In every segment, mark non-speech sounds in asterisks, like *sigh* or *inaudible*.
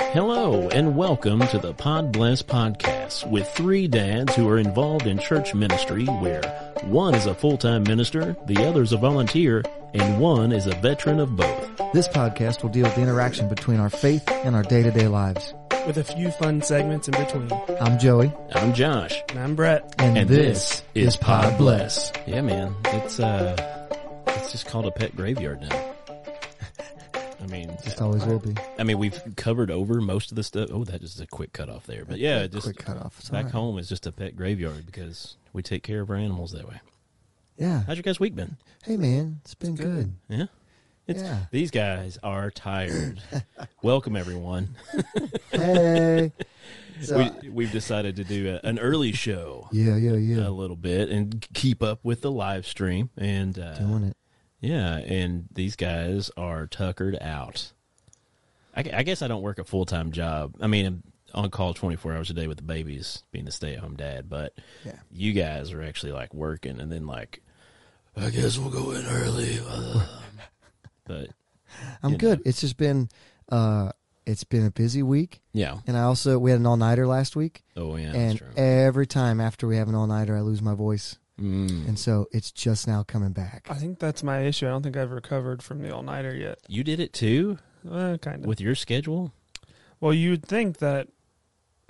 Hello and welcome to the Pod Bless podcast with three dads who are involved in church ministry where one is a full-time minister, the other is a volunteer, and one is a veteran of both. This podcast will deal with the interaction between our faith and our day-to-day lives. with a few fun segments in between. I'm Joey, I'm Josh. And I'm Brett. and, And this, is Pod Bless. Bless. Yeah, man. It's uh it's just called a pet graveyard now. *laughs* I mean, Just always will be. I mean, we've covered over most of the stuff. Oh, that is a quick cutoff there. But yeah, just Quick cutoff. It's all back right. home is just a pet graveyard because we take care of our animals that way. Yeah. How's your guys' week been? Hey man, it's been good. Yeah. It's, Yeah. These guys are *coughs* tired. Welcome everyone. *laughs* *laughs* Hey. So, We, we've decided to do a, an early show yeah, yeah, a yeah. little bit and k- keep up with the live stream. And uh, Doing it. yeah, and these guys are tuckered out. I, gu- I guess I don't work a full time job. I mean, I'm on call twenty four hours a day with the babies, being the stay at home dad. But Yeah. you guys are actually like working, and then like, I guess we'll go in *laughs* early. but you I'm know. good. It's just been, uh, it's been a busy week, yeah. and I also we had an all-nighter last week, Oh yeah, that's and true. every time after we have an all-nighter, I lose my voice, Mm. and so it's just now coming back. I think that's my issue. I don't think I've recovered from the all nighter yet. You did it too Uh, kind of. with your schedule? well, you'd think that,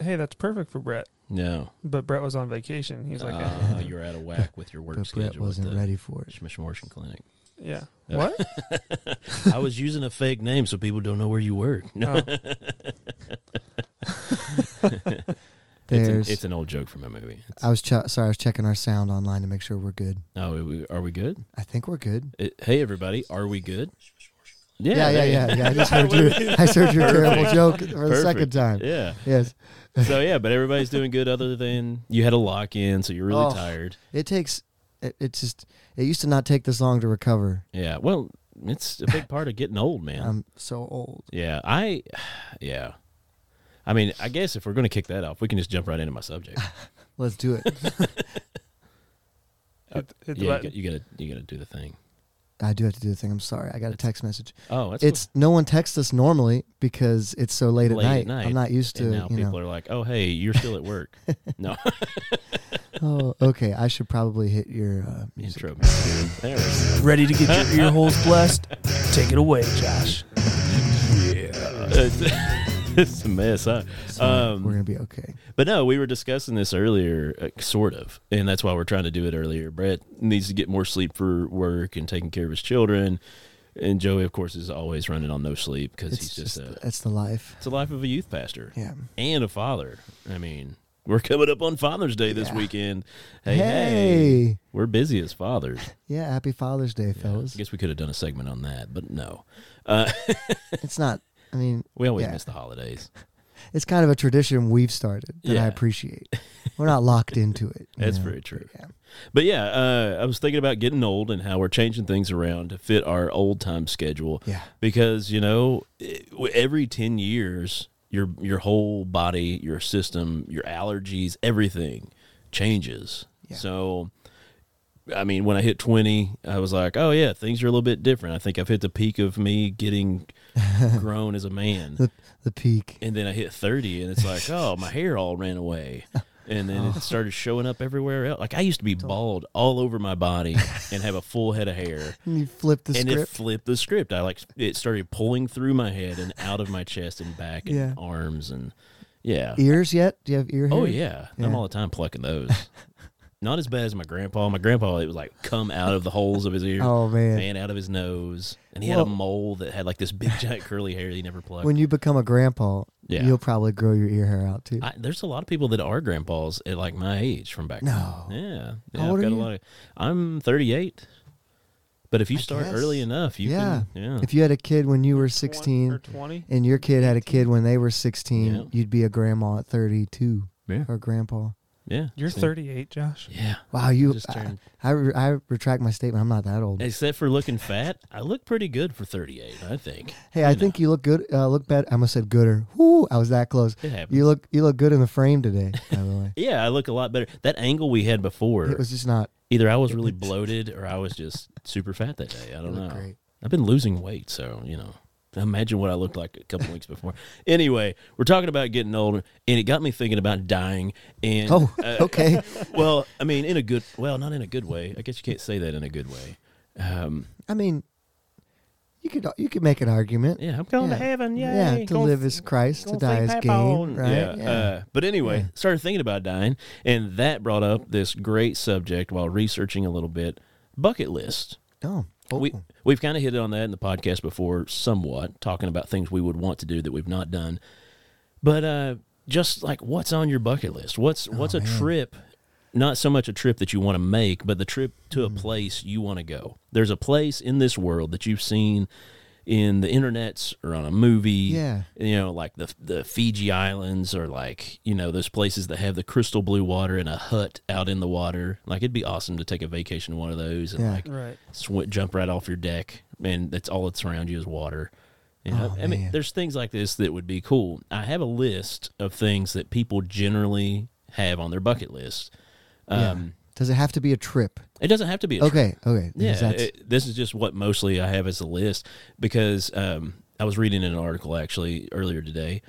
hey, that's perfect for Brett. No, But Brett was on vacation. He's *laughs* like, *laughs* Ah, you're out of whack with your work But schedule. Brett wasn't with the ready for it. Schmishmortion Clinic. *laughs* yeah. Yeah. What? I was using a fake name so people don't know where you work. *laughs* No, Oh. it's, an, There's. it's an old joke from a movie. It's- I was ch- sorry. I was checking our sound online to make sure we're good. oh, are we, are we good? I think we're good. It- hey, everybody, are we good? Yeah, yeah, there you- yeah, yeah. *laughs* I just heard your, I just heard your terrible joke for the second Perfect. time. Yeah. Yes, So yeah, but everybody's doing good other than you had a lock in, so you're really Oh. tired. it takes. It, it's just. It used to not take this long to recover. Yeah. Well, it's a big part of getting old, man. I'm so old. Yeah, I, *sighs* yeah. I mean, I guess if we're going to kick that off, we can just jump right into my *laughs* subject. Let's do *laughs* it. Hit, hit the yeah, you button. got- you got to you got to do the thing. I do have to do the thing. I'm sorry. I got a text message. Oh, that's it's no one texts us normally because it's so late, cool. at, night. I'm not used to. And now you people know. are *laughs* like, "Oh, hey, you're still at work." no, Oh, okay. I should probably hit your uh, *laughs* music. intro. music. There we go. Ready to get *laughs* your ear holes blessed? Take it away, Josh. It's- *laughs* it's a mess, huh? Sorry, Um, we're gonna be okay. But no, we were discussing this earlier, uh, sort of, and that's why we're trying to do it earlier. Brett needs to get more sleep for work and taking care of his children, and Joey, of course, is always running on no sleep because It's he's just, just. a That's the life. it's a life of a youth pastor Yeah. and a father. I mean, we're coming up on Father's Day this Yeah. weekend. Hey, hey, Hey. we're busy as fathers. Yeah. Happy Father's Day, fellas. I guess we could have done a segment on that, but no, uh, *laughs* It's not. I mean, we always Yeah. miss the holidays. it's kind of a tradition we've started that Yeah. I appreciate. We're not locked into it. you That's know? very true. But yeah. But yeah, uh, I was thinking about getting old and how we're changing things around to fit our old time schedule. Yeah. Because you know, it- w- every ten years, your your whole body, your system, your allergies, everything changes. Yeah. So, I mean, when I hit twenty, I was like, oh yeah, things are a little bit different. I think I've hit the peak of me getting grown as a man The the peak. and then I hit 30 and it's like, oh, my hair all ran away. And then it started showing up everywhere else. Like I used to be bald all over my body and have a full head of hair. And you flip the and it *laughs* script. flipped the script. I like it started pulling through my head and out of my chest and back and Yeah. arms and yeah. Ears yet? Do you have ear hair? Oh yeah. I'm Yeah. all the time plucking *laughs* those. Not as bad as my grandpa. My grandpa it was like come out of the holes of his ears. Oh man. Man out of his nose, and he Well- had a mole that had like this big giant curly hair that he never plucked. When you become a grandpa, Yeah. you'll probably grow your ear hair out too. I, there's a lot of people that are grandpas at like my age from back No. then. Yeah. yeah How I've old are got you? a lot of, I'm 38. But if you I start guess. early enough, you Yeah. can yeah. if you had a kid when you were or 16 20. and your kid had a kid when they were 16, Yeah. you'd be a grandma at 32 Yeah. or a grandpa. Yeah. You're See? 38, Josh. Yeah. Wow, you Just I, turned- I, re- I retract my statement. I'm not that old. Except for looking fat, I look pretty good for 38, I think. Hey, I you know. think you look good. Uh, look better. I almost said gooder. Whoo, I was that close. It happens. You look you look good in the frame today. By the *laughs* way, yeah, I look a lot better. That angle we had before, it was just not. either I was really bloated or I was just super fat that day. I don't looked know. great. I've been losing weight, so, you know. Imagine what I looked like a couple weeks before. Anyway, we're talking about getting older, and it got me thinking about dying. And Oh, uh, okay. *laughs* well, I mean, in a good, well, not in a good way. I guess you can't say that in a good way. Um, I mean, you could you could make an argument. yeah, I'm going Yeah. to heaven. Yay, Yeah, to Gonna- live as Christ, to gonna die see as Papa. gain, right? Yeah. Uh, but anyway, Yeah. started thinking about dying, and that brought up this great subject while researching a little bit: bucket list. oh, oh, We we've kind of hit on that in the podcast before, somewhat talking about things we would want to do that we've not done. But uh, just like what's on your bucket list? Oh, What's what's a trip? Not so much a trip that you want to make, but the trip to Hmm. a place you want to go. There's a place in this world that you've seen in the internets or on a movie. Yeah. You know, like the the Fiji Islands or like, you know, those places that have the crystal blue water and a hut out in the water. Like it'd be awesome to take a vacation to one of those and Yeah. like Right. sw- jump right off your deck, and that's all that's around you is water. You know, Oh, I mean, man. there's things like this that would be cool. I have a list of things that people generally have on their bucket list. yeah. Oh, Um, Does it have to be a trip? It doesn't have to be a Okay, okay. yeah, because that's- it- this is just what mostly I have as a list because um, I was reading an article actually earlier today,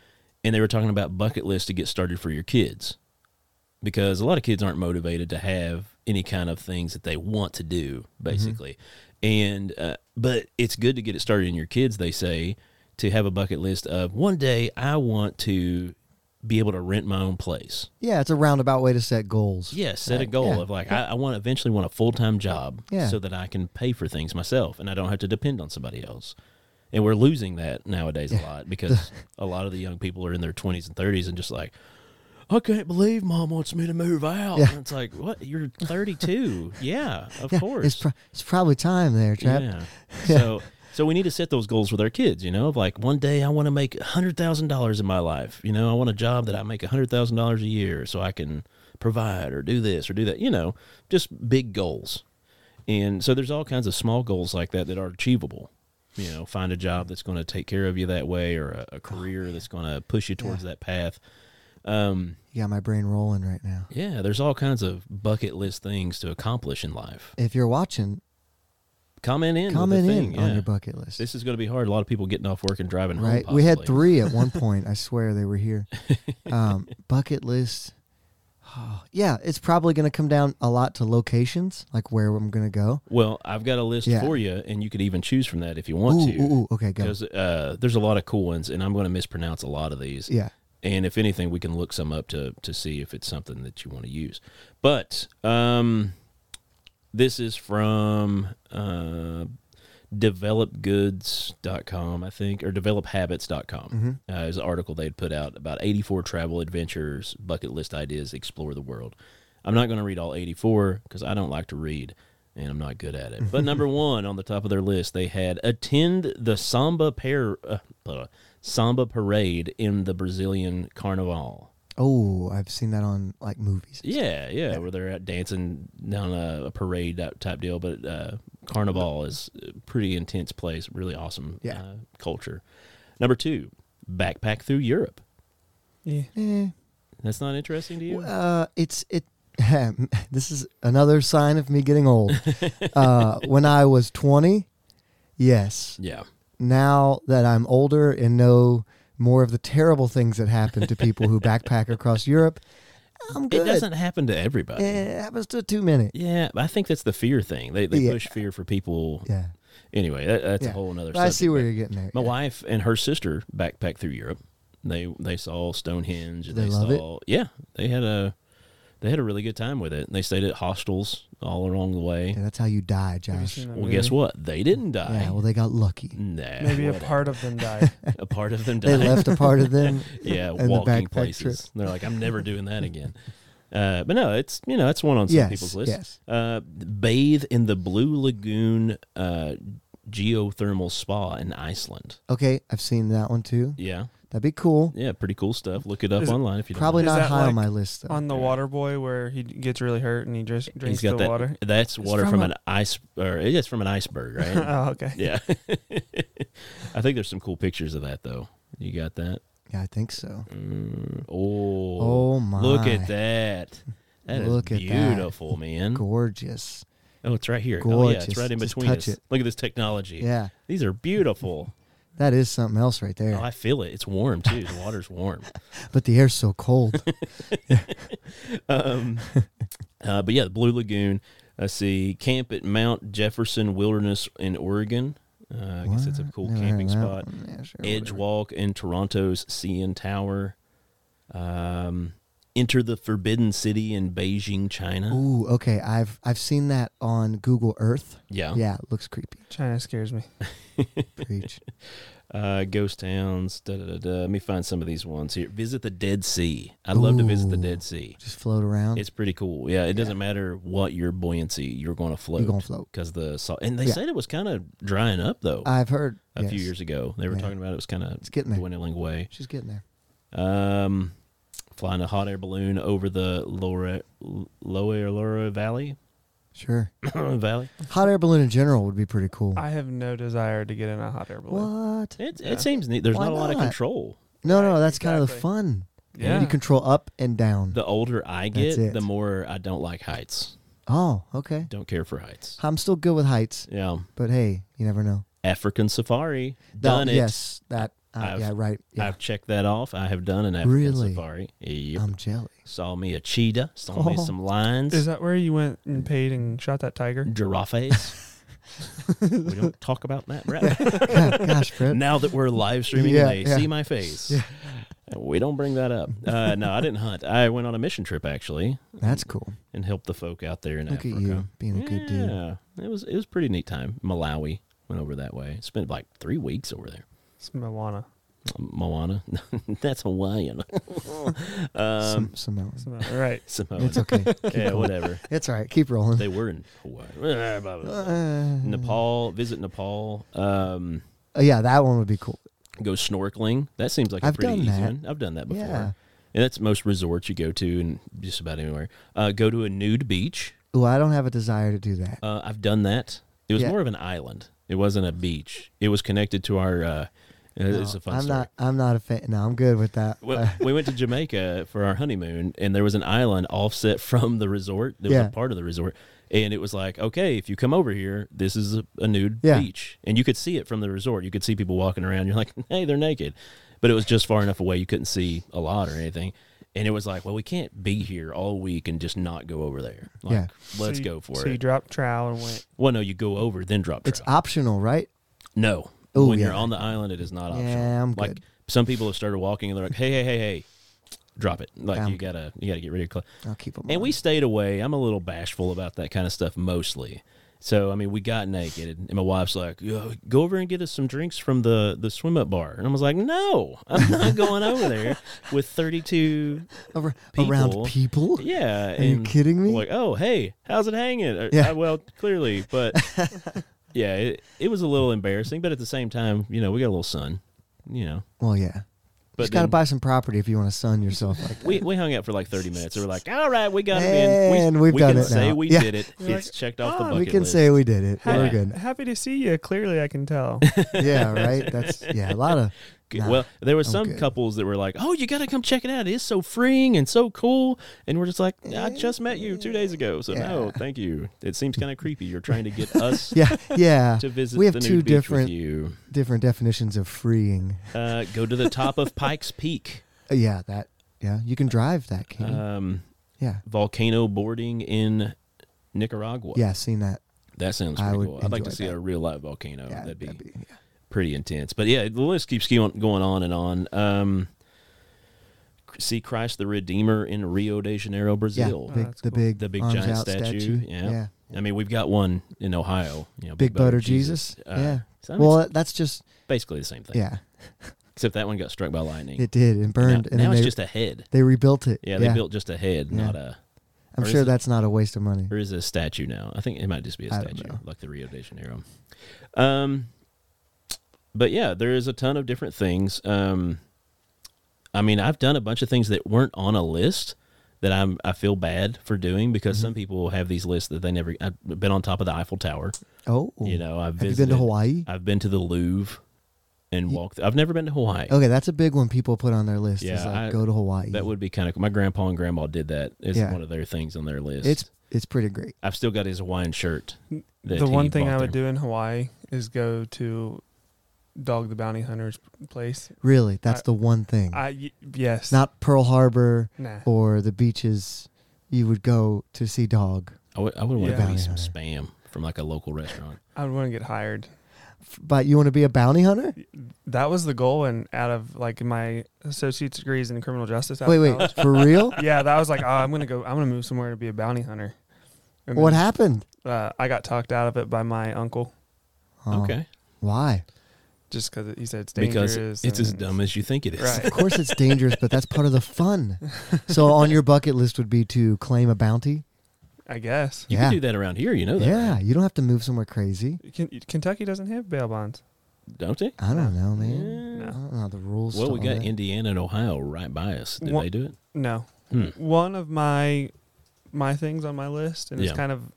and they were talking about bucket lists to get started for your kids because a lot of kids aren't motivated to have any kind of things that they want to do Mm-hmm. basically, and uh, but it's good to get it started in your kids. They say to have a bucket list of one day I want to be able to rent my own place. yeah, it's a roundabout way to set goals. Yeah, set a Right, goal yeah. of like I, I want eventually want a full time job Yeah. so that I can pay for things myself and I don't have to depend on somebody else. And we're losing that nowadays a lot *laughs* because a lot of the young people are in their twenties and thirties and just like, I can't believe mom wants me to move out. Yeah. And it's like, what? You're thirty *laughs* two. yeah, of Yeah, course. It's, pro- it's probably time there, chap. *laughs* Yeah. So so we need to set those goals with our kids, you know, of like one day I want to make hundred thousand dollars in my life. You know, I want a job that I make hundred thousand dollars a year so I can provide or do this or do that. You know, just big goals. And so there's all kinds of small goals like that that are achievable. You know, find a job that's going to take care of you that way, or a, Oh, a career that's going to push you towards that path. Um, You got my brain rolling right now. yeah, there's all kinds of bucket list things to accomplish in life. If you're watching, Comment in, with the comment in thing, on yeah. your bucket list. This is going to be hard. A lot of people getting off work and driving home. right? We had possibly. three at *laughs* one point. I swear they were here. Um, bucket list. *sighs* Oh, yeah, it's probably going to come down a lot to locations, like where I'm going to go. Well, I've got a list Yeah. for you, and you could even choose from that if you Ooh, want to. ooh, ooh, okay, go. Because uh, there's a lot of cool ones, and I'm going to mispronounce a lot of these. Yeah. And if anything, we can look some up to to see if it's something that you want to use. But um, this is from uh, developgoods.com, I think, or Mm-hmm. develophabits.com. Uh, is an article they'd put out about 84 travel adventures, bucket list ideas, explore the world. I'm not going to read all 84 because I don't like to read and I'm not good at it. But number one on the top of their list, they had attend the Samba, par- uh, uh, Samba Parade in the Brazilian Carnival. Oh, I've seen that on like movies. Yeah, yeah, where they're out dancing down a, a parade type- type deal. But uh, Carnival is a pretty intense place, really awesome Yeah. uh, culture. Number two, backpack through Europe. Yeah. Eh, That's not interesting to you? uh, it's it. *laughs* this is another sign of me getting old. uh, when I was 20, yes. *laughs* yeah. Now that I'm older and know more of the terrible things that happen to people who backpack across Europe, I'm good. Eh. It doesn't happen to everybody. It happens to too many. Yeah, I think that's the fear thing. They, they Yeah. push fear for people. Yeah. Anyway, that, that's yeah. a whole another. But I see subject, where but you're getting there. My yeah. wife and her sister backpacked through Europe. They they saw Stonehenge. And They they love it? saw, Yeah, they had a they had a really good time with it. And they stayed at hostels all along the way. Yeah, that's how you die, Have you Josh. seen that Well, guess movie? what? They didn't die. Yeah, well, they got lucky. nah, *laughs* Maybe a whatever. part of them died. *laughs* a part of them They died. left a part of them. yeah, *laughs* in the walking backpack places. trip. They're like, I'm never doing that *laughs* again. Uh, but no, it's you know that's one *laughs* on some Yes, people's list. yes. Uh, bathe in the Blue Lagoon uh, geothermal spa in Iceland. Okay, I've seen that one too. Yeah, That'd be cool. yeah, pretty cool stuff. Look it up Is it online if you don't Probably Is not that high on like my list though. on the water boy where he gets really hurt and he just drinks He's got the that. *laughs* water. That's water from from a- an ice, or it's from an iceberg, right? *laughs* oh, okay. yeah. *laughs* I think there's some cool pictures of that though. You got that? yeah, I think so. Mm, oh, Oh my! look at that! That is Look at that. beautiful, man. Gorgeous. Oh, it's right here. Oh yeah, it's Gorgeous. right in Just between touch us. it. Look at this technology. Yeah, These are beautiful. That is something else right there. Oh, I feel it. It's warm too. The water's *laughs* warm. but the air's so cold. Um, *laughs* uh, but yeah, the Blue Lagoon. I see camp at Mount Jefferson Wilderness in Oregon. Uh, I guess it's a What? cool Never heard camping of that spot. one. Yeah, sure, Edge whatever. Walk in Toronto's CN Tower. Um, enter the Forbidden City in Beijing, China. Ooh, okay. I've I've seen that on Google Earth. Yeah. Yeah, it looks creepy. China scares me. *laughs* Preach. Uh, ghost towns. Da, da, da, da. Let me find some of these ones here. Visit the Dead Sea. I love to visit the Ooh. Dead Sea. Just float around. It's pretty cool. Yeah, it doesn't matter what your buoyancy, you're going to float. You're gonna float. because the salt. And they Yeah. said it was kind of drying up though. I've heard a few yes. years ago, they were Yeah. talking about it was kind of It's getting there. dwindling away. She's getting there. Um, flying a hot air balloon over the Lower Lower Lower Valley *coughs* Sure. Valley. Hot air balloon in general would be pretty cool. I have no desire to get in a hot air balloon. What? It Yeah. it seems neat. There's Why not a lot of not? control. No, Right, no, that's kind of the exactly. fun. Yeah. You control up and down. The older I That's get, it. the more I don't like heights. oh, okay. Don't care for heights. I'm still good with heights, Yeah, but hey, you never know. African safari No, done it. Yes, that. Uh, I've- yeah, right. Yeah. I've checked that off. I have done an African Really? safari. Yep. *laughs* I'm jelly. *laughs* saw me a cheetah. Saw me Oh. some lions. Is that where you went and paid and shot that Mm. *laughs* tiger? giraffes. we *laughs* don't talk about that right Gosh, Brett. now that we're live streaming Yeah, and they yeah. see my face. We don't bring that up. Uh, no, I didn't hunt. I went on a mission trip actually That's cool. and helped the folk out there in Look Africa. at you being a good dude. yeah, it was it was a pretty neat time. Malawi went over that way. Spent like three weeks over there. It's Moana. Moana, *laughs* that's *laughs* Hawaiian. um, Some, some else. It's Moana. *laughs* Right. Samoan. *laughs* It's okay. *laughs* yeah, whatever. It's all right. Keep rolling. They were in Hawaii. *laughs* Blah, blah, blah. Uh, Nepal, visit Nepal. Um, yeah, that one would be cool. go snorkeling. That seems like a I've pretty done easy that. one. I've done that before. Yeah. And that's most resorts you go to and just about anywhere. Uh, go to a nude beach. Ooh, I don't have a desire to do that. Uh, I've done that. It was Yeah. more of an island. It wasn't a beach. It was connected to our. Uh, No, it's a fun I'm story. not. I'm not a fan. No, I'm good with that. Uh, Well, we went to Jamaica for our honeymoon, and there was an island offset *laughs* from the resort. There was Yeah. a part of the resort, and it was like, okay, if you come over here, this is a, a nude Yeah. beach, and you could see it from the resort. You could see people walking around. You're like, *laughs* hey, they're naked, but it was just far enough away you couldn't see a lot or anything. And it was like, well, we can't be here all week and just not go over there. Like, Yeah. So let's you- go for so you it. dropped trowel and *laughs* went. well, no, you go over then drop. it's trout. optional, right? no, Oh, when yeah. you're on the island, it is not optional. Yeah, I'm like good. some people have started walking and they're like, hey, hey, hey, hey, drop it. Like Um, you gotta you gotta get rid of your clothes. I'll keep them. And we stayed away. I'm a little bashful about that kind of stuff mostly. So I mean, we got naked, and my wife's like, "Yo, "Go over and get us some drinks from the the swim up bar." And I was like, "No, I'm *laughs* not going over there with 32." Ar- around people. people. Yeah, Are you and kidding me? I'm like, "Oh, hey, how's it hanging?" Or, Yeah. "Uh, well, clearly, *laughs* but yeah, it, it was a little embarrassing, but at the same time, you know, we got a little sun, you know. Well, yeah. But Just gotta then- buy some property if you want to *laughs* sun yourself like that. We, we hung out for like 30 minutes. and we're like, all right, we got it in. And we've we done can it say now. we Yeah. did it. You're it's like, checked off the "Oh, bucket we can list. say we did it. Hi. We're Yeah. good. Happy to see you. Clearly, I *laughs* can tell. Yeah, right. That's yeah. A lot of G- nah. Well, there were some good. couples that were like, oh, you got to come check it out. It's so freeing and so cool. And we're just like, I just met you two days ago. So, no, Eh, Yeah. thank you. It seems kind of creepy. You're trying to get us *laughs* yeah, yeah. *laughs* to visit we have the two nude beach different with you. different definitions of freeing. Uh, go to the top of Pikes Peak. Uh, yeah, that. Yeah, you can drive that. Can you? Um, *laughs* yeah, volcano boarding in Nicaragua. yeah. Seen that. That sounds I pretty would cool. I'd like to enjoy see that. a real live volcano. yeah, Oh, that'd be, yeah. pretty intense. But yeah, the list keeps going going on and on. Um, see Christ the Redeemer in Rio de Janeiro, Yeah, Brazil. big, Oh, that's the cool. big, The big arms giant out statue, statue. yeah. yeah. I mean, we've got one in Ohio. You know, Big, butter, Jesus. Uh, yeah. so, I mean, well, it's that's just basically the same thing. yeah. Except that one got struck by lightning. It did and now burned, and now then it's they, just a head. they rebuilt it. Yeah, they built just a head, Yeah. not a. I'm or is sure it- that's not a waste of money. Or is it a statue now? I think it might just be a I don't statue, know. like the Rio de Janeiro. Um, but yeah, there is a ton of different things. Um, I mean, I've done a bunch of things that weren't on a list that I'm I feel bad for doing because Mm-hmm. some people have these lists that they never. I've been on top of the Eiffel Tower. Oh, You know, I've have you visited, been to Hawaii? I've been to the Louvre and walked. I've never been to Hawaii. Okay, that's a big one people put on their list. Yeah, is like I- go to Hawaii. That would be kind of. My grandpa and grandma did that. It's Yeah. one of their things on their list. it's it's pretty great. I've still got his Hawaiian shirt. that the he one thing bought I would there. do in Hawaii is go to Dog the Bounty Hunter's place. Really, that's I- the one thing. I y- yes. Not Pearl Harbor nah. or the beaches you would go to see dog. I would, I would want Yeah. to eat Bounty some hunter. spam from like a local restaurant. I would want to get hired. F- But you want to be a bounty hunter? That was the goal, and out of like my associate's degrees in criminal justice. out Wait, of wait, college. for real? yeah, that was like, oh, I'm gonna go. I'm gonna move somewhere to be a bounty hunter. And What then, happened? Uh, I got talked out of it by my uncle Oh, okay, Why? just because he said it's dangerous. because it's as and- *laughs* dumb as you think it is. Right. Of course, it's dangerous, but that's part of the fun. So, on your bucket list would be to claim a bounty. I guess. You Yeah. can do that around here. You know that, Yeah, right? you don't have to move somewhere crazy. Ken- Kentucky doesn't have bail bonds. don't they? I don't know, man. Yeah. I don't know the rules. Well, to we all got that. Indiana and Ohio right by us. Did One- they do it? No. Hmm. One of my my things on my list, and Yeah. it's kind of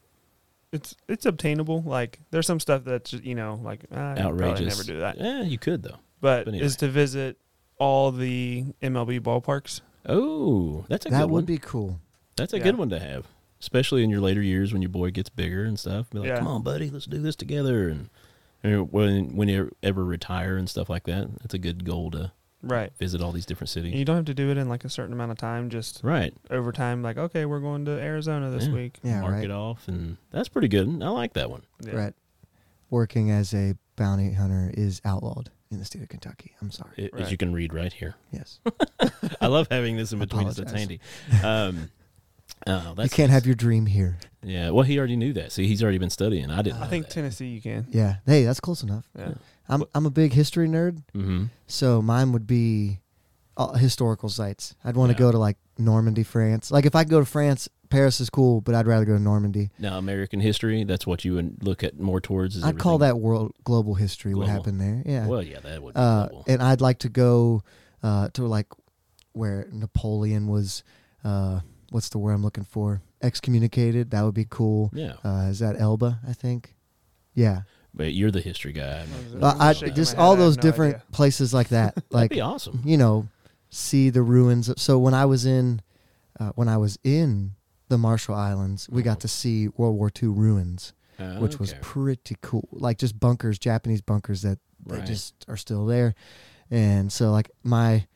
it's it's obtainable. Like there's some stuff that's just, you know like I Probably Outrageous. never do that. Yeah, you could though. But, But anyway. is to visit all the MLB ballparks. Oh, that's a that good would one. be cool. that's a yeah. good one to have, especially in your later years when your boy gets bigger and stuff. Be like, Yeah. come on, buddy, let's do this together. And you know, when when you ever retire and stuff like that, that's a good goal to Right. visit all these different And cities. you don't have to do it in like a certain amount of time. Just right, over time, like okay, we're going to Arizona this Yeah. week. Yeah, mark right. it off, and that's pretty good. I like that one. Yeah. Right. Working as a bounty hunter is outlawed in the state of Kentucky. I'm sorry. It, As Right. you can read right here. yes. I love having this in between us. That's handy. Apologize. Um, oh, You that's can't have your dream here. Yeah, well, he already knew that. See, he's already been studying. I didn't. I know think that. Tennessee, you can. Yeah. Hey, that's close enough. Yeah. I'm I'm a big history nerd, Mhm. so mine would be uh, historical sites. I'd want to Yeah. go to like Normandy, France. Like if I could go to France, Paris is cool, but I'd rather go to Normandy. Now, American history, that's what you would look at more towards. Is I'd call everything- that world global history. What Global. happened there? Yeah. Well, yeah, that would be uh, cool. and I'd like to go uh, to like where Napoleon was. Uh, what's the word I'm looking for? Excommunicated. That would be cool. Yeah, Uh, is that Elba? I think. Yeah, but you're the history guy. I'm- Well, Uh, I, shaking my just head, all I have those no different idea. places like that. *laughs* That'd like be awesome. you know, see the ruins. of- So when I was in, uh, when I was in the Marshall Islands, we got to see World War II ruins, Uh, which was okay. pretty cool. Like just bunkers, Japanese bunkers that they Right. just are still there. And so like my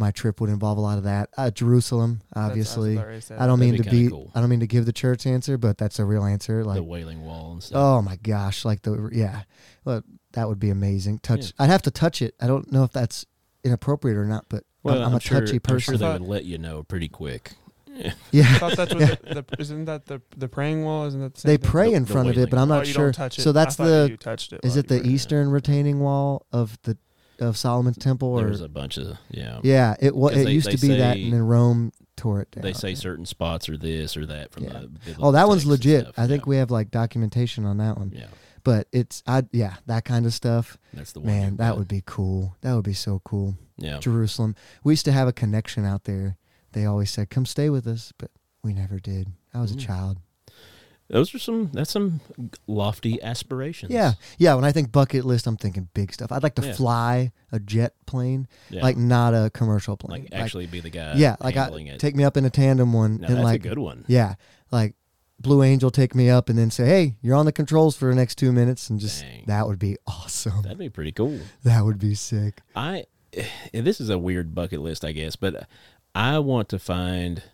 my trip would involve a lot of that. Uh, Jerusalem, That's- obviously. that's what already said. I don't That'd mean be to kinda be. cool. I don't mean to give the church answer, but that's a real answer. Like the Wailing Wall and stuff. Oh my gosh! Like the yeah, well, that would be amazing. Touch. I'd have to touch it. I don't know if that's inappropriate or not, but I'm- I'm, a sure, touchy person. I'm sure they Thought- would let you know pretty quick. I *laughs* *laughs* yeah, thought that's what the, the, isn't that the the praying wall? Isn't that the same they thing? pray in the front of it, wailing. but I'm Oh, not you sure. Don't touch it. So that's I thought the. you touched it Is while it you the were- Eastern retaining wall of the of Solomon's temple? Or There's a bunch of yeah. yeah, it wa- 'Cause it they- used they to be that, say- and then Rome tore it down. They say certain spots or this or that from Yeah. the. biblical Oh, that one's texts and legit. stuff. I think Yeah. we have like documentation on that one. Yeah, But it's I yeah that kind of stuff. that's the one. Man, you- that would be cool. That would be so cool. Yeah. Jerusalem. We used to have a connection out there. They always said, "Come stay with us," but we never did. I was Mm. a child. Those are some. That's some lofty aspirations. Yeah, yeah. When I think bucket list, I'm thinking big stuff. I'd like to Yeah. fly a jet plane, Yeah. like not a commercial plane. like actually be the guy. yeah, like handling I it. take me up in a tandem one, Now, and that's like a good one. yeah, like Blue Angel take me up, and then say, "Hey, you're on the controls for the next two minutes," and just Dang. that would be awesome. That'd be pretty cool. that would be sick. I and this is a weird bucket list, I guess, but I want to find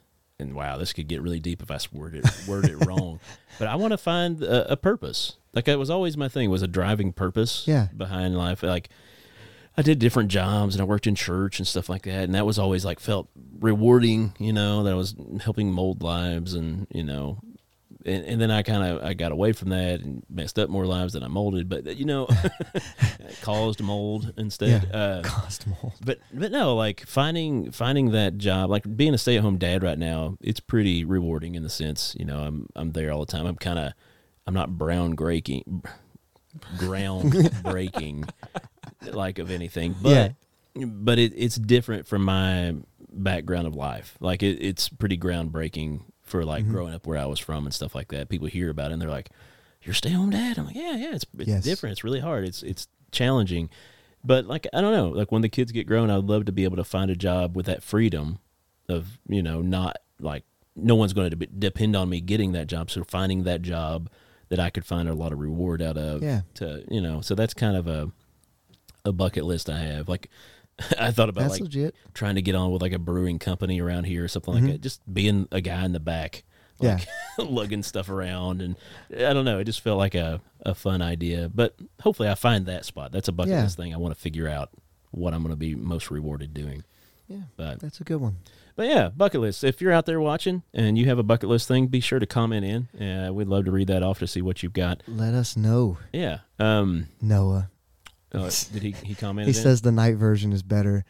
and wow, this could get really deep if I word it word it *laughs* wrong. But I want to find a, a purpose. Like that was always my thing was a driving purpose Yeah. behind life. Like I did different jobs and I worked in church and stuff like that, and that was always like felt rewarding, you know, that I was helping mold lives and, you know, and, and then I kind of I got away from that and messed up more lives than I molded, but you *laughs* know, *laughs* caused mold instead. Yeah. Uh, Cost mold. *laughs* but but no, like finding finding that job, like being a stay at home dad right now, it's pretty rewarding in the sense, you know, I'm I'm there all the time. I'm kind of I'm not brown breaking, ground breaking, like of anything, but but it, it's different from my background of life. Like it, it's pretty groundbreaking for like growing up where I was from and stuff like that. People hear about it and they're like, "You're stay at home dad." I'm like, "Yeah, yeah, it's it's Yes. different. It's really hard. It's it's challenging." But like I don't know, like when the kids get grown, I'd love to be able to find a job with that freedom of you know not like no one's going to de- depend on me getting that job. So finding that job that I could find a lot of reward out of Yeah. to you know, so that's kind of a a bucket list I have. Like *laughs* I thought about That's like legit. trying to get on with like a brewing company around here or something Mm-hmm. like that. Just being a guy in the back, Yeah. like *laughs* lugging stuff around, and I don't know. It just felt like a a fun idea. But hopefully, I find that spot. That's a bucket Yeah. list thing. I want to figure out what I'm going to be most rewarded doing. Yeah. But That's a good one. but yeah, bucket list. If you're out there watching and you have a bucket list thing, be sure to comment in. Uh, we'd love to read that off to see what you've got. Let us know, Yeah. Um. Noah. *laughs* uh, did he he comment? He says the night version is better.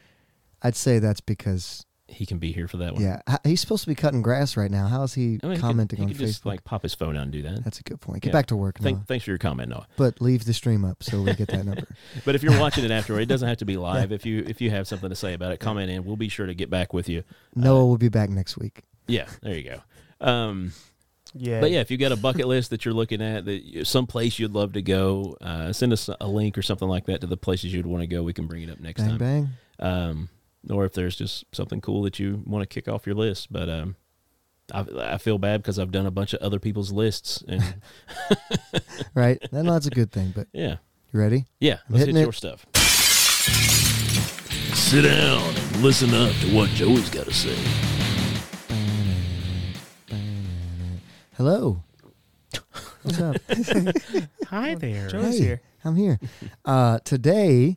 I'd say that's because he can be here for that one. yeah, h- he's supposed to be cutting grass right now. How is he I mean, he could- commenting he on could, Facebook? Just, like pop his phone out and do that. that's a good point. Get Yeah. back to work, Noah. Thank, thanks for your comment, Noah. but leave the stream up so we get that number. *laughs* *laughs* But if you're watching it afterward, it doesn't have to be live. If you if you have something to say about it, comment in. We'll be sure to get back with you. Noah will be back next week. Yeah, there you go. Um, Yeah. but yeah, if you got a bucket list that you're looking at, that you- some place you'd love to go, uh, send us a link or something like that to the places you'd want to go. We can bring it up next Bang time. bang. um, or if there's just something cool that you want to kick off your list. But um, I, I feel bad because I've done a bunch of other people's lists, *laughs* and Right? That- That's a good thing. But yeah, you *laughs* ready? yeah, I'm let's hit hitting your it. stuff. Sit down and listen up to what Joey's got to say. Hello. What's up? Hi there. Joey's Hey. here. I'm here. Uh, today,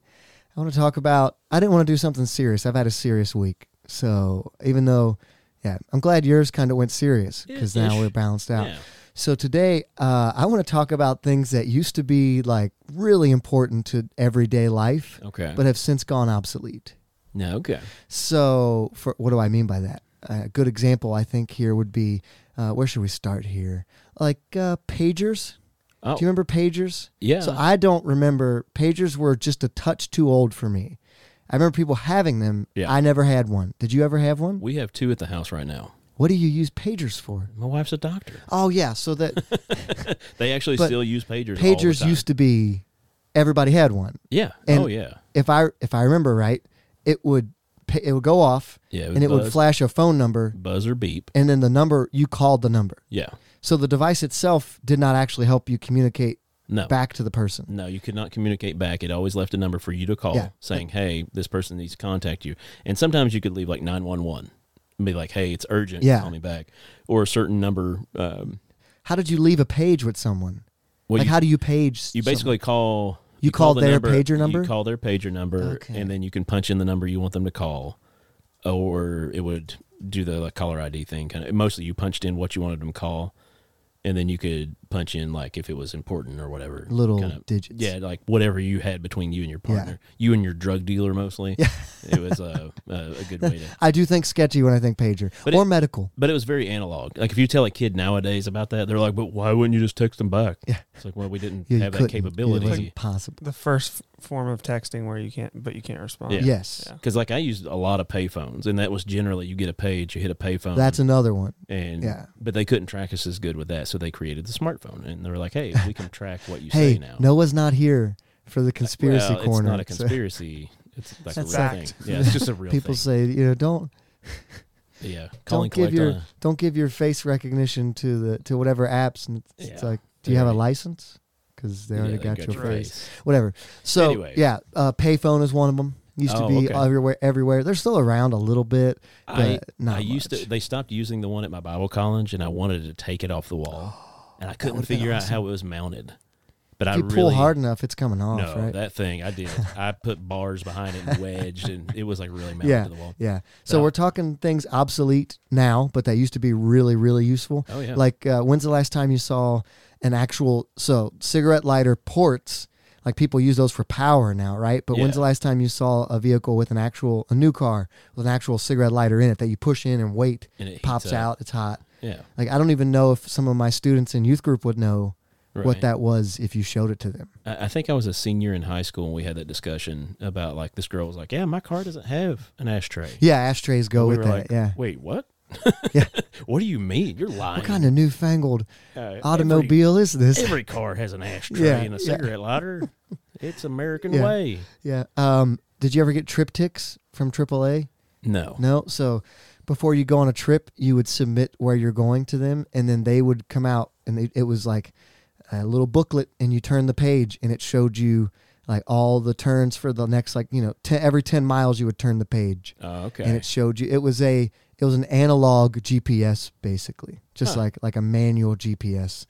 I want to talk about. I didn't want to do something serious. I've had a serious week. So even though, yeah, I'm glad yours kind of went serious because now Ish. we're balanced out. Yeah. So today, uh, I want to talk about things that used to be like really important to everyday life, Okay. but have since gone obsolete. no. Okay. So, for what do I mean by that? A good example, I think, here would be uh, where should we start here? Like uh, pagers. Oh. Do you remember pagers? Yeah. So I don't remember. Pagers were just a touch too old for me. I remember people having them. Yeah. I never had one. Did you ever have one? we have two at the house right now. What do you use pagers for? My wife's a doctor. Oh yeah, so *laughs* that They actually But still use pagers. all the pagers time. used to be everybody had one. Yeah. and- oh yeah. If I if I remember right, it would pa- it would go off Yeah. and it would buzz- flash a phone number buzz or beep. and then the number you called the number. Yeah. So the device itself did not actually help you communicate No. back to the person. No, you could not communicate back. It always left a number for you to call Yeah. saying, hey, this person needs to contact you. And sometimes you could leave like 911 and be like, hey, it's urgent. Yeah. Call me back. Or a certain number. Um, How did you leave a page with someone? well, like you, how do you page? you someone? basically call. You call their pager number? You call their pager number, Okay. and then you can punch in the number you want them to call, or it would do the like, caller ID thing. Kind of mostly, you punched in what you wanted them to call, and then you could punch in like if it was important or whatever. little kinda- digits. Yeah, like whatever you had between you and your Yeah. partner, you and your drug dealer mostly. it was a, a a good way to. I do think sketchy when I think pager But or it- medical. But it was very analog. Like if you tell a kid nowadays about that, they're like, "But why wouldn't you just text them back?" Yeah. It's like, well, we didn't Yeah, you have that couldn't. It capability. wasn't possible. The first f- form of texting where you can't, but you can't respond. Yeah. Yes, Yeah. Because like I used a lot of payphones, and that was generally you get a page, you hit a payphone. that's another one. and yeah. But they couldn't track us as good with that, so they created the smartphone, and they were like, "Hey, we can track what you *laughs* hey, say now." Noah's not here for the conspiracy well, corner. It's not a so conspiracy. *laughs* It's like a real That's fact. thing. Yeah, it's just a real thing. people say you know don't yeah, uh, call don't and give collect. your on a- don't give your face recognition to the to whatever apps. And it's, it's Yeah. like, do you have a Right. license? Because they yeah, already they got, your your face. face. Whatever. So Anyway. yeah, uh, payphone is one of them. Used to Oh, be okay. everywhere. Everywhere they're still around a little bit. But I not I used much. to. They stopped using the one at my Bible college, and I wanted to take it off the wall, *gasps* and I couldn't would've been figure out awesome. how it was mounted. But I If you really pull hard enough, it's coming off, no right? that thing I *laughs* did. I put bars behind it and wedged, and it was like really mounted yeah, to the wall. yeah. So Uh, we're talking things obsolete now, but that used to be really, really useful. Oh yeah, Like, uh, when's the last time you saw an actual so cigarette lighter ports? Like people use those for power now, right? But when's the Yeah. last time you saw a vehicle with an actual a new car with an actual cigarette lighter in it that you push in and wait, And it heats pops up. out, it's hot. yeah, Like I don't even know if some of my students in youth group would know right. what that was if you showed it to them. I I think I was a senior in high school and we had that discussion about like this girl was like, "Yeah, my car doesn't have an ashtray." Yeah, ashtrays go we with were that. like, yeah. Wait, what? Yeah. *laughs* what do you mean? You're lying. What kind of newfangled Uh, every- automobile is this? Every, car has an ashtray Yeah, and a yeah. cigarette lighter. It's American Yeah. way. Yeah. Um, did you ever get triptychs from AAA? No. No. So before you go on a trip, you would submit where you're going to them, and then they would come out, and they, it was like a little booklet, and you turn the page, and it showed you like all the turns for the next like you know te- every 10 miles you would turn the page Oh, okay. and it showed you it was a it was an analog gps basically just Huh. Uh-huh. like like a manual gps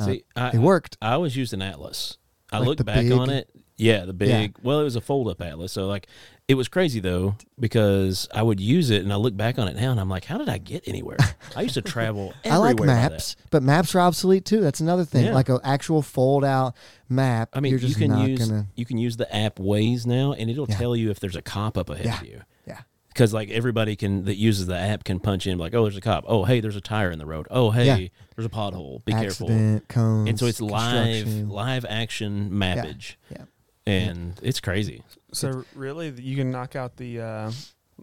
uh, See, I, it worked I always used an atlas. I Like the looked back on big- it. Yeah, the big. Well, it was a fold-up atlas. So like, it was crazy though because I would use it and I look back on it now and I'm like, how did I get anywhere? I *laughs* used to travel. i like everywhere by that. maps but maps are obsolete too that's another thing Yeah. like an actual fold out map I mean, you're you just can not use gonna you can use the app Waze now, and it'll Yeah. tell you if there's a cop up ahead Yeah. of you. yeah Because like everybody can that uses the app can punch in like, oh, there's a cop. Oh, hey, there's a tire in the road. Oh, hey, Yeah. there's a pothole. Be careful. accident cones And so it's live construction. live action mappage, yeah and it's crazy. So really, th- you can knock out the uh,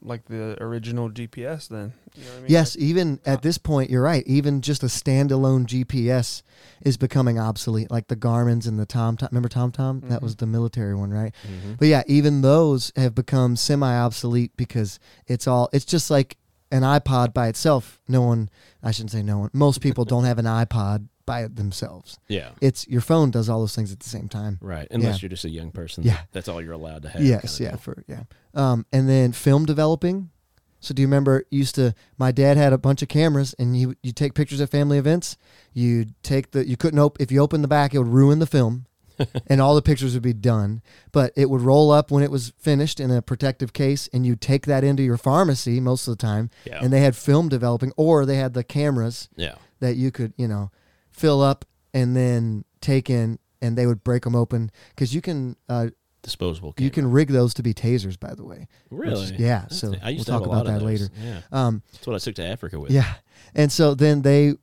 like the original GPS. Then you know what I mean? Yes, even Ah. at this point, you're right. Even just a standalone GPS is becoming obsolete, like the Garmin's and the TomTom. Remember TomTom? Mm-hmm. That was the military one, right? But yeah, even those have become semi-obsolete because it's all. It's just like an iPod by itself. No one, I shouldn't say no one. Most people don't have an iPod by themselves. Yeah, It's your phone does all those things at the same time. right. Unless you're just a young person, Yeah. that's all you're allowed to have. Yes, yeah, kinda for yeah. Um, and then film developing. So do you remember used to my dad had a bunch of cameras and you you take pictures at family events, you'd take the you couldn't open if you opened the back it would ruin the film and all the pictures would be done. But it would roll up when it was finished in a protective case and you take that into your pharmacy most of the time deal. Yeah, and they had film developing or they had the cameras yeah. that you could, you know, fill up and then take in and they would break them open because you can uh, Disposable. you camera. can rig those to be tasers, by the way. which really. is- yeah. That's- so I used to we'll have talk a lot about that of those. later. Yeah, Um, that's what I took to Africa with. yeah, and so then they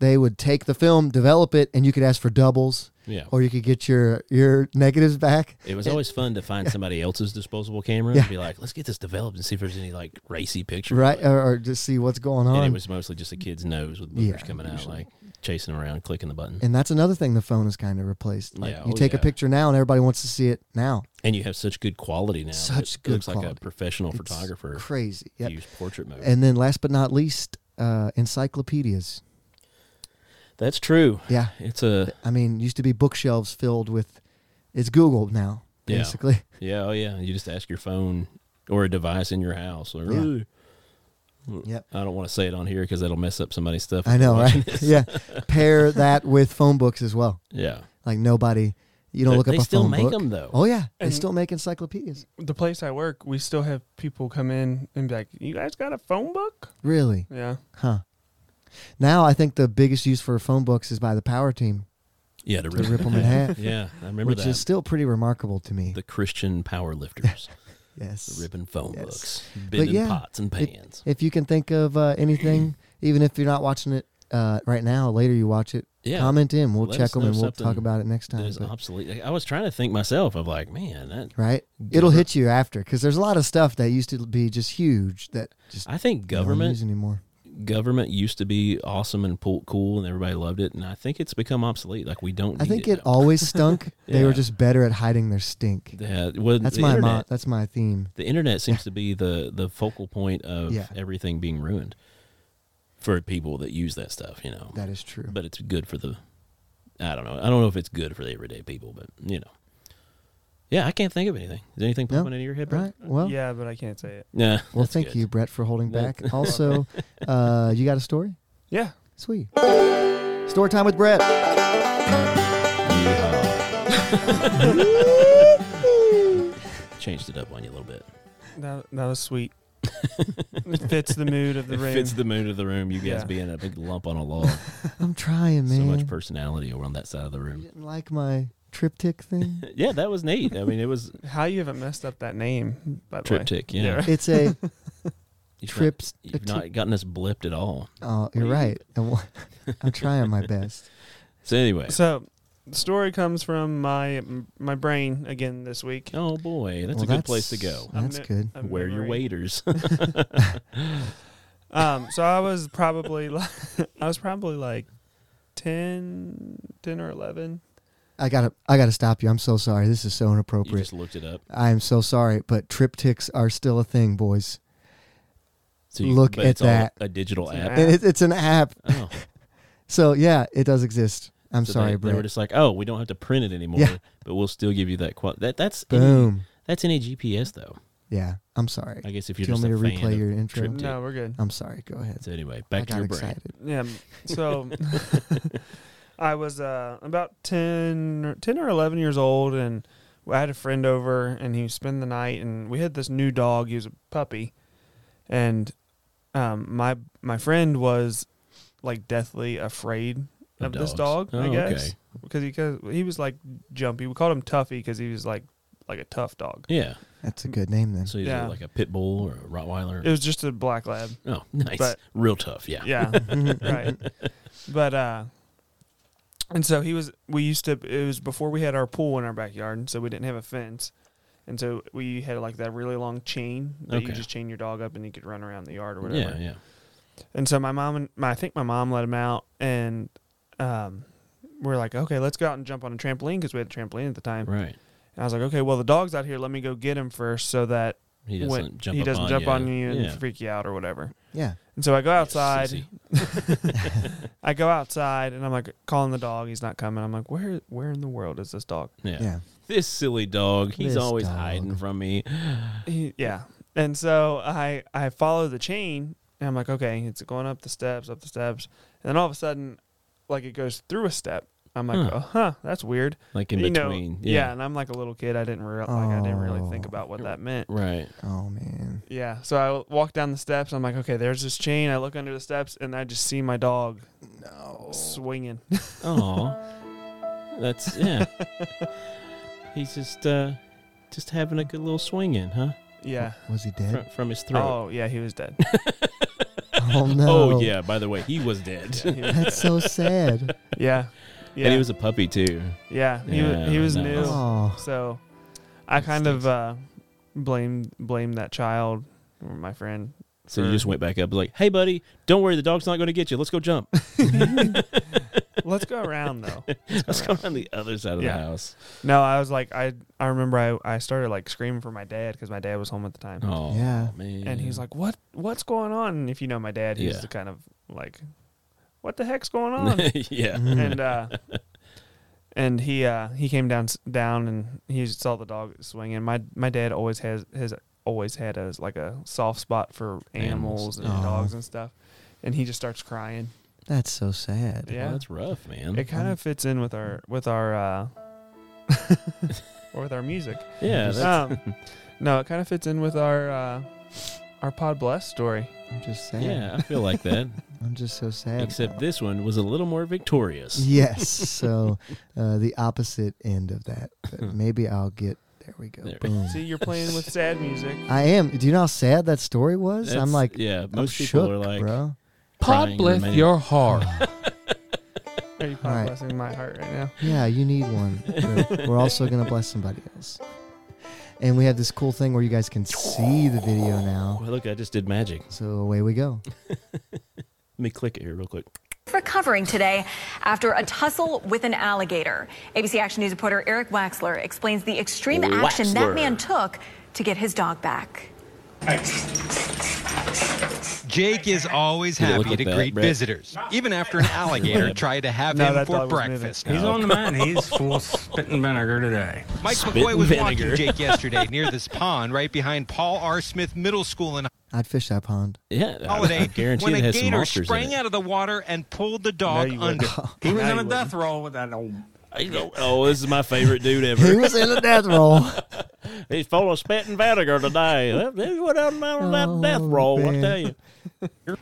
they would take the film, develop it, and you could ask for doubles, yeah. or you could get your your negatives back. It was always fun to *laughs* find somebody else's disposable camera Yeah. and be like, let's get this developed and see if there's any like racy pictures. Right, or, or just see what's going on. And it was mostly just a kid's nose with boogers Yeah, coming out, usually. like chasing around, clicking the button. And, And that's another thing the phone has kind of replaced. Like Yeah, you oh, take yeah. a picture now, and everybody wants to see it now. you have such good quality now. that Such it good looks like a quality. professional It's photographer Crazy. Yep. used portrait mode. And then last but not least, uh, encyclopedias. That's true. Yeah, It's a I mean, used to be bookshelves filled with. It's Google now, Yeah. basically. yeah, oh yeah. You just ask your phone or a device in your house. Like, Yeah. "Ooh." Yep. I don't want to say it on here because that'll mess up somebody's stuff. I know, watching right? yeah. Pair that with phone books as well. Yeah, Like nobody, you don't They- look they up a still phone make book. them though. Oh yeah, they And- still make encyclopedias. The place I work, we still have people come in and be like, "You guys got a phone book?" Really? Yeah. Huh. Now I think the biggest use for phone books is by the Power Team, yeah, to to *laughs* *laughs* rip them in half. half, Yeah, I remember which that. is still pretty remarkable to me. the Christian power lifters. *laughs* yes. The ripping phone Yes. books, bending yeah, pots and it- pans. If you can think of uh, *clears throat* anything, even if you're not watching it uh, right now, later you watch it. yeah, Comment in. We'll Let check us them know and we'll talk something about it next that time. is but- obsolete. Like, I was trying to think myself of like, man, that, right? It'll Gover- hit you after because there's a lot of stuff that used to be just huge that just I think you don't government use anymore. government used to be awesome and po- cool, and everybody loved it, and I think it's become obsolete. Like we don't. I need think it. it always *laughs* stunk. They were Yeah. just better at hiding their stink. Yeah, well, That's the my internet, mo- that's my theme. The internet *laughs* seems to be the the focal point of Yeah. everything being ruined for people that use that stuff. You know, That is true. but it's good for the. I don't know. I don't know if it's good for the everyday people, but you know. Yeah, I can't think of anything. Is anything No? popping into your head, All Brett? right. Well, yeah, but I can't say it. Nah, uh, well, that's thank good. you, Brett, for holding That- back. Also, uh, you got a story? Yeah. Sweet. Story time with Brett. *laughs* *laughs* Changed it up on you a little bit. That, that was sweet. it *laughs* fits the mood of the it room. fits the mood of the room. You guys Yeah. being a big lump on a log. I'm trying, man. So much personality over on that side of the You room. didn't like my triptych *laughs* thing? Yeah, that was neat. I mean, it was How you haven't messed up that name, by the way. triptych. Yeah, Yeah. it's a oh, You've not- trips. you've not gotten us blipped at all. Oh, you're right. *laughs* I'm, I'm trying my best. So anyway, So, the story comes from my my brain again this week. oh boy, that's Well, a good place to that's- go. A That's mi- good. a Wear your memory. waiters. *laughs* Um, so I was probably like, *laughs* I was probably like 10, 10 or eleven. I gotta, I gotta stop you. I'm so sorry. This is so you inappropriate. just looked it up. I am so sorry, but triptychs are still a thing, boys. So you, Look but at it's all that. *laughs* A digital Oh, It's app. an app. And it, it's an app, Oh, so yeah, it does exist. I'm So sorry, they, they Brent. were just like, "Oh, we don't have to print it anymore, Yeah. but we'll still give you that qual." That that's any, Boom. that's any GPS though. Yeah, I'm sorry. I guess if Do you're you just want me a to fan replay of- your intro? trip. No, we're good. I'm sorry. Go ahead. So anyway, I back to got your brain. excited. Yeah. *laughs* So I was uh, about 10 or, 10 or 11 years old, and I had a friend over, and he spent the night, and we had this new dog. He was a puppy, and um, my my friend was like deathly afraid The of this dogs. dog. I Oh, guess okay. because he cause he was like jumpy. We called him Tuffy because he was like like a tough dog. Yeah. That's a good name then. *laughs* So he's Yeah. like a pit bull or a Rottweiler. It was just a black lab. oh, nice. *laughs* but- Real tough. Yeah. Yeah. *laughs* right. But uh and so he was we used to it was before we had our pool in our backyard, and so we didn't have a fence. And so we had like that really long chain that you Okay. just chain your dog up and he could run around the yard or whatever. Yeah. Yeah. And so my mom and my I think my mom let him out and um we're like, okay, let's go out and jump on a trampoline because we had a trampoline at the time. Right. And I was like, okay, well the dog's out here, let me go get him first so that He doesn't when jump. he up doesn't on jump you. on you and yeah. freak you out or whatever. Yeah. And so I go outside. Sissy. I go outside and I'm like calling the dog. He's not coming. I'm like, where where in the world is *sighs* this dog? Yeah. Yeah. This silly dog. He's This always dog. hiding from me. He, yeah. And so I I follow the chain and I'm like, okay, it's going up the steps, up the steps, and then all of a sudden, like it goes through a step. I'm like, Huh. oh, huh, that's weird. Like in You know, between. yeah. yeah. And I'm like a little kid. I didn't real, like I didn't really think Oh. about what that meant. Right. Oh man. Yeah. So I walk down the steps. I'm like, okay, there's this chain. I look under the steps and I just see my dog No. swinging. *laughs* Oh, that's yeah. He's just uh, just having a good little swing in, huh? yeah. Was he From, *laughs* dead? from his throat. Oh yeah, he *laughs* was dead. oh no. Oh, yeah. By the way, he was dead, Yeah. he was- That's so sad. yeah. Yeah. and he was a puppy too. Yeah, *laughs* he Yeah, was, he was no. new. oh. So I That kind stinks. of uh, blame blame that child, or my friend. So you Sure. just went back up, like, "Hey, buddy, don't worry, the dog's not going to get you. Let's go jump. Let's go around *laughs* though. Let's go on the other side of Yeah. the house." No, I was like I I remember I, I started like screaming for my dad because my dad was home at the time, Oh, Yeah. man. and he's like, "What what's going on?" And if you know my dad, he's Yeah. the kind of like, "What the *laughs* heck's going on?" "Yeah, Mm. and uh, and he uh, he came down down and he saw the dog swinging. My my dad always has has always had a like a soft spot for Animals. animals, and Aw. dogs and stuff, and he just starts crying. That's so sad. yeah, Yeah, that's rough, man. it kind of fits in with our with our uh, or with our music. yeah, that's, Um, no, it kind of fits in with our uh, our Pod Bless story. I'm just sad. yeah. I feel like *laughs* that. I'm just so sad. Except this one was a little more victorious. *laughs* Yes. So uh, the opposite end of that. But maybe I'll get there we go. Hmm. There. Boom. See, you're playing with sad music. I am. Do you know how sad that story was? That's- I'm like yeah. I'm Most people shook, are like, bro. God Crying bless remains- your heart. Are you pod All right. blessing my heart right now? Yeah, you need one. But we're also going to bless somebody else. And we have this cool thing where you guys can see the video now. "Well, look, I just did magic. So away we go. Let me click it here real quick." recovering today after a tussle with an alligator. ABC Action News reporter Eric Waxler explains the extreme action Waxler. that man took to get his dog back. Jake is always Did it look happy to like that, greet Brett? visitors, even after an *laughs* alligator tried to have No, him that for dog was moving. breakfast. He's on the mine. He's full spitting vinegar today. Mike Spit McCoy was vinegar. walking *laughs* Jake yesterday near this pond right behind Paul R. Smith Middle School in I'd fish that pond. *laughs* Yeah, I- I Holiday guarantee Oh, when it a has some gator monsters sprang in it. out of the water and pulled the dog you wouldn't. under. *laughs* He was Now on you a death roll with that old. I go, oh, this is my favorite dude He *laughs* ever. was in a death roll. He's full of spit and vinegar *laughs* today. That- That's what I'm on that death Oh, roll. I man. tell you.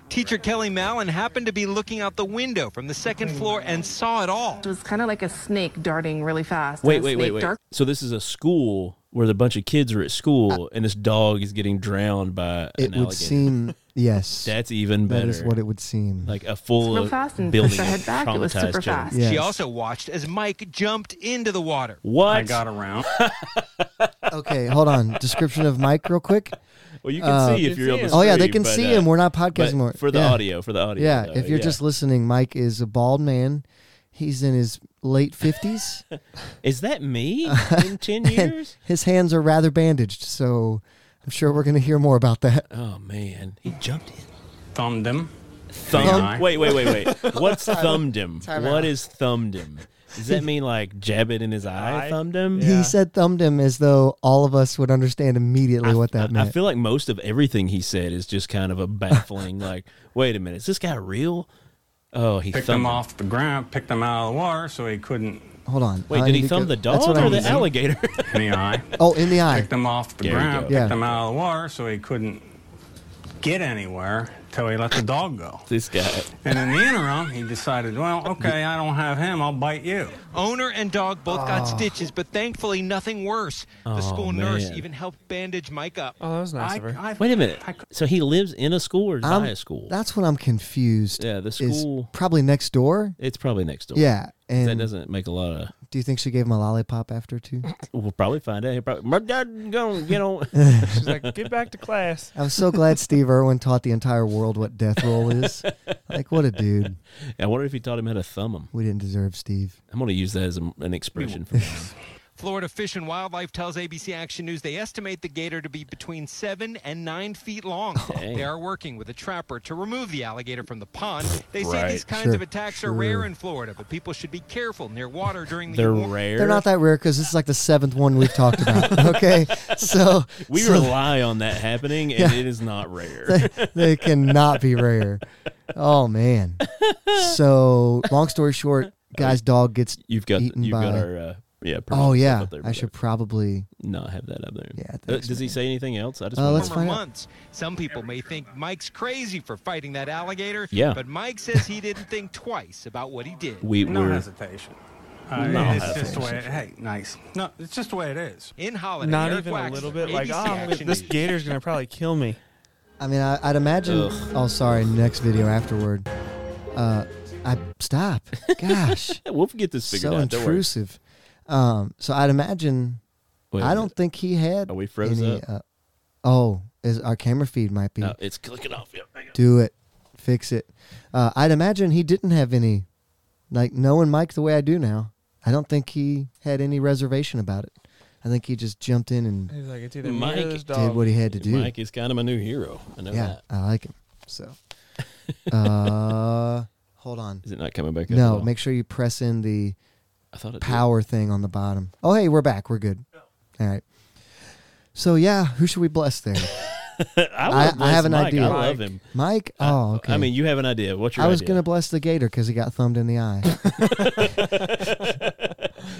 Teacher Kelly Mallon happened to be looking out the window from the second floor and saw it all. It was kind of like a snake darting really fast. Wait, A wait, wait, snake wait. dart- So this is a school where a bunch of kids are at school, and this dog is getting drowned by It an would alligator. seem, yes. That's even better. That is what it would seem. like a full real of fast and building pushed her of head back. It was traumatized super children. fast. Yes. She also watched as Mike jumped into the water. What? I got around. okay, hold on. Description of Mike, real quick. Well, you can see if you're on the Oh, yeah, they stream, can but, see uh, him. We're not podcasting but more. for the Yeah. audio. For the audio. Yeah, though, if you're yeah. just listening, Mike is a bald man. He's in his late *laughs* 50s. is that *laughs* me in ten years? his hands are rather bandaged, so I'm sure we're going to hear more about that. Oh man, he jumped in. *laughs* Thumbed him. Thumb. Thumb? Wait, wait, wait, *laughs* wait. What's thumbed him? Time What out. is thumbed him? Does that mean like jab it in his eye? Eye? Thumbed him? Yeah. He said thumbed him as though all of us would understand immediately what that I meant. feel like most of everything he said is just kind of a baffling. *laughs* like, wait a minute, is this guy real? Oh, he Picked thumbed him him. off the ground, picked him out of the water so he couldn't Hold on. Wait, I did need he to thumb go- the dog I or need the to- *laughs* alligator? in *laughs* the eye. Oh, in the eye. Picked him off the There you go. ground, picked Yeah. him out of the water so he couldn't get anywhere till he let the dog go. this guy. And in the interim, he decided, well, okay, I don't have him, I'll bite you. Owner and dog both Ah. got stitches, but thankfully nothing worse. The Oh, school nurse man. even helped bandage Mike up. Oh, that was nice I- of her. I- Wait a minute. I could- So he lives in a school or is I'm- by a school? That's what I'm confused. Yeah, the is school- probably next door. It's probably next door. Yeah, and That doesn't make a lot of. do you think she gave him a lollipop after too? We'll probably find out. He probably, my dad gone, you *laughs* know. She's like, get back to class. I'm so glad Steve Irwin taught the entire world what death roll *laughs* is. Like, what a dude. I wonder if he taught him how to thumb him. We didn't deserve Steve. I'm going to use that as a, an expression *laughs* for him. Florida Fish and Wildlife tells ABC Action News they estimate the gator to be between seven and nine feet long. *laughs* Dang. They are working with a trapper to remove the alligator from the pond. They Right. say these kinds Sure, of attacks sure. are rare in Florida, but people should be careful near water during the They're warm- rare. They're not that rare because this is like the seventh one we've talked about. *laughs* Okay, so We *laughs* so rely on that happening, and Yeah. it is not rare. *laughs* they cannot be rare. Oh man. So long story short, guy's dog gets You've got eaten you've by. got our uh, yeah. oh producer yeah, up there, I but should probably. not have that up there. Yeah, Uh, thanks, does he man. say anything else? I just Uh, wanna- let's warmer find out. months. Some people may think Mike's crazy for fighting that alligator, Yeah. but Mike says he didn't think twice about what he did. we No we're hesitation. Uh, No it's just the way it, hey, nice. No, it's just the way it is. In Holiday, Not Eric even a Waxman, little bit. Like, ABC oh, Action this News. gator's going to probably kill me. I mean, I, I'd imagine. Ugh. Oh, sorry. Next video afterward. Uh, I stop. Gosh, we'll get this *laughs* figured so out. Don't worry. intrusive. Um, so I'd imagine. Wait a I minute. don't think he had. Are we froze any, up? Uh, Uh, oh, is our camera feed might be. No, it's clicking off. Yep, hang on. Do it. Fix it. Uh, I'd imagine he didn't have any. Like knowing Mike the way I do now, I don't think he had any reservation about it. I think he just jumped in and He's like, it's either Mike me or this did dog. did what he had to do. Mike is kind of my new hero. I know yeah, that. I like him. *laughs* So, uh, hold on. Is it not coming back up? at No, all? make sure you press in the I thought it did. power thing on the bottom. Oh, hey, we're back. We're good. All right. So yeah, who should we bless there? *laughs* I, I- wanna I bless have an Mike. idea. I love him. Mike. Oh, I- okay. I mean, you have an idea. What's your I was idea? gonna bless the gator because he got thumbed in the eye.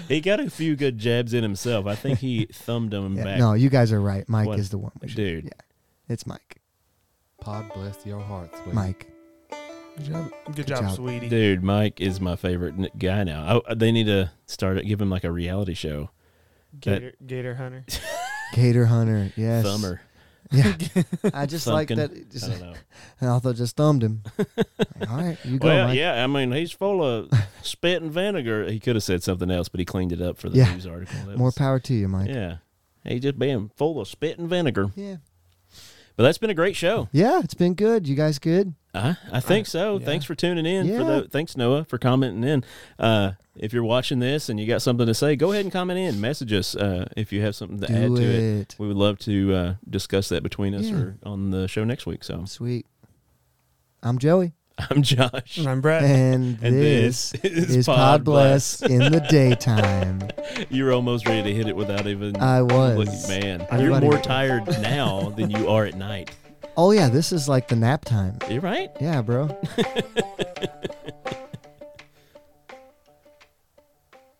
He got a few good jabs in himself. I think *laughs* he thumbed him Yeah, back. no, you guys are right. Mike What- is the one. we should- dude. Yeah, it's Mike. Pod bless your hearts. With Mike. Good job, Good job. job, sweetie. Dude, Mike is my favorite n- guy now. I, uh, they need to start it- give him like a reality show. Gator, gator hunter. Gator Hunter. Yes. Thumber. Yeah. *laughs* I just Thumpkin. like that. Just, *laughs* I don't know. and I thought just *laughs* thumbed him. Like, all right, you go, well, Mike. yeah, I mean, he's full *laughs* of spit and vinegar. He could have said something else, but he cleaned it up for the Yeah. news article. That More was- power to you, Mike. Yeah. He just being full of spit and vinegar. Yeah. But that's been a great show. Yeah, it's been good. You guys good? I, I think so. Thanks for tuning in. For Yeah. the, thanks, Noah, for commenting in. Uh, if you're watching this and you got something to say, go ahead and comment in. Message us uh, if you have something to Do add to it. it. We would love to uh, discuss that between us Yeah. or on the show next week. So *laughs* Sweet. I'm Joey. I'm Josh. And I'm *laughs* Brett. And, *laughs* And this, is, Pod Bless in the daytime. *laughs* You were almost ready to hit it without even. I was. Look, Man, Everybody- you're more tired now than you are at *laughs* night. Oh, yeah, this is like the nap time. You're right. Yeah, bro.